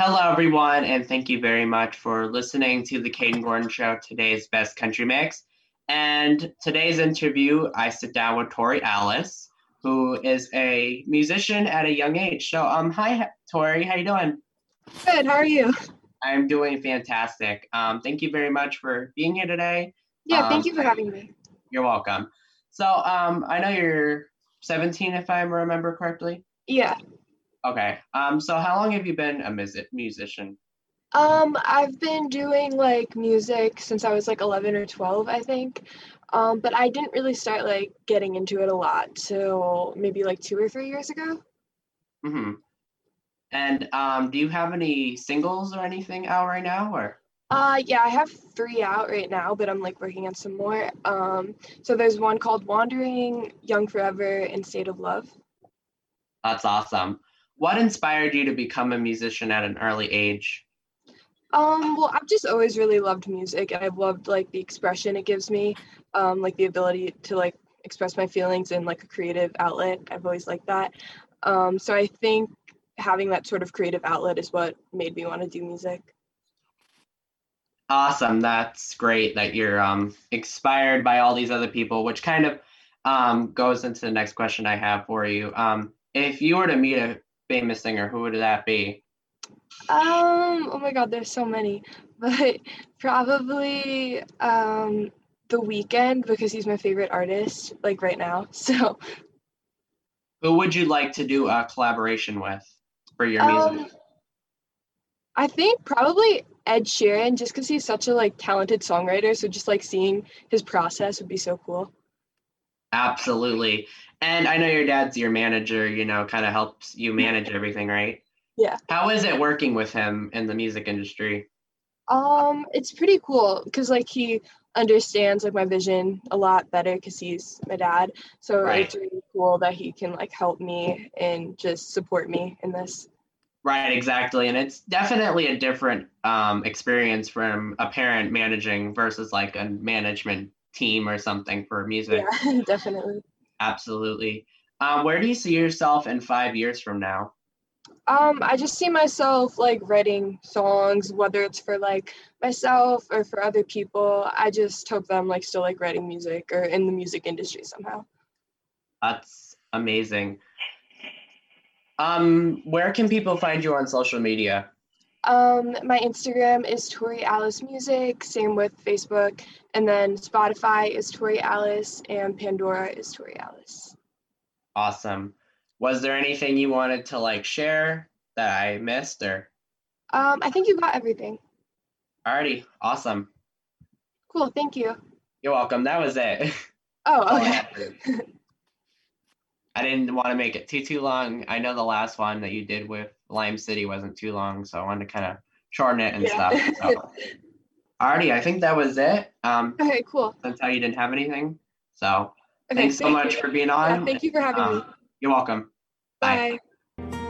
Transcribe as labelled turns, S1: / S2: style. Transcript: S1: Hello, everyone, and thank you very much for listening to the Caden Gordon Show, today's Best Country Mix. And today's interview, I sit down with Tori Alice, who is a musician at a young age. So, um, hi, Tori, how you doing?
S2: Good. How are you?
S1: I'm doing fantastic. Um, thank you very much for being here today.
S2: Yeah.
S1: Um,
S2: thank you for having me.
S1: You're welcome. So, um, I know you're 17, if I remember correctly.
S2: Yeah.
S1: Okay. Um, so how long have you been a music musician?
S2: Um, I've been doing like music since I was like 11 or 12, I think. Um, but I didn't really start like getting into it a lot till maybe like two or three years ago.
S1: hmm And um, do you have any singles or anything out right now? Or
S2: Uh, yeah, I have three out right now, but I'm like working on some more. Um, so there's one called Wandering, Young Forever, and State of Love.
S1: that's awesome. What inspired you to become a musician at an early age?
S2: Um, well, I've just always really loved music, and I've loved like the expression it gives me, um, like the ability to like express my feelings in like a creative outlet. I've always liked that. Um, so I think having that sort of creative outlet is what made me want to do music.
S1: Awesome. That's great that you're um, inspired by all these other people, which kind of um, goes into the next question I have for you. Um, if you were to meet a famous singer, who would that be?
S2: Um, oh my God, there's so many, but probably um, The Weeknd because he's my favorite artist, like right now. So
S1: Who would you like to do a collaboration with for your music?
S2: Um, I think probably Ed Sheeran, just because he's such a like talented songwriter. So just like seeing his process would be so cool.
S1: Absolutely. And I know your dad's your manager, you know, kind of helps you manage everything, right?
S2: Yeah.
S1: How is it working with him in the music industry?
S2: Um, it's pretty cool because like he understands like my vision a lot better because he's my dad. So
S1: Right.
S2: it's really cool that he can like help me and just support me in this.
S1: Right, exactly. And it's definitely a different um, experience from a parent managing versus like a management team or something for music.
S2: Yeah, definitely.
S1: Absolutely. Um, where do you see yourself in five years from now?
S2: Um, I just see myself like writing songs, whether it's for like myself or for other people. I just hope that I'm like still like writing music or in the music industry somehow.
S1: That's amazing. Um, where can people find you on social media?
S2: Um, my Instagram is Tori Alice Music, same with Facebook, and then Spotify is Tori Alice and Pandora is Tori Alice.
S1: Awesome. Was there anything you wanted to like share that I missed or
S2: Um, I think you got everything.
S1: already? Awesome.
S2: Cool, thank you.
S1: You're welcome. That was it.
S2: Oh,
S1: All I
S2: okay.
S1: had for you. I didn't want to make it too too long. I know the last one that you did with Lime City wasn't too long, so I wanted to kind of shorten it and
S2: Yeah.
S1: stuff. So. Alrighty, I think that was it. Um,
S2: Okay, cool.
S1: since how you didn't have anything, so
S2: Okay,
S1: thanks so
S2: thank
S1: much
S2: you.
S1: for being
S2: Yeah,
S1: on.
S2: thank you for having
S1: Um,
S2: me.
S1: You're welcome.
S2: Bye.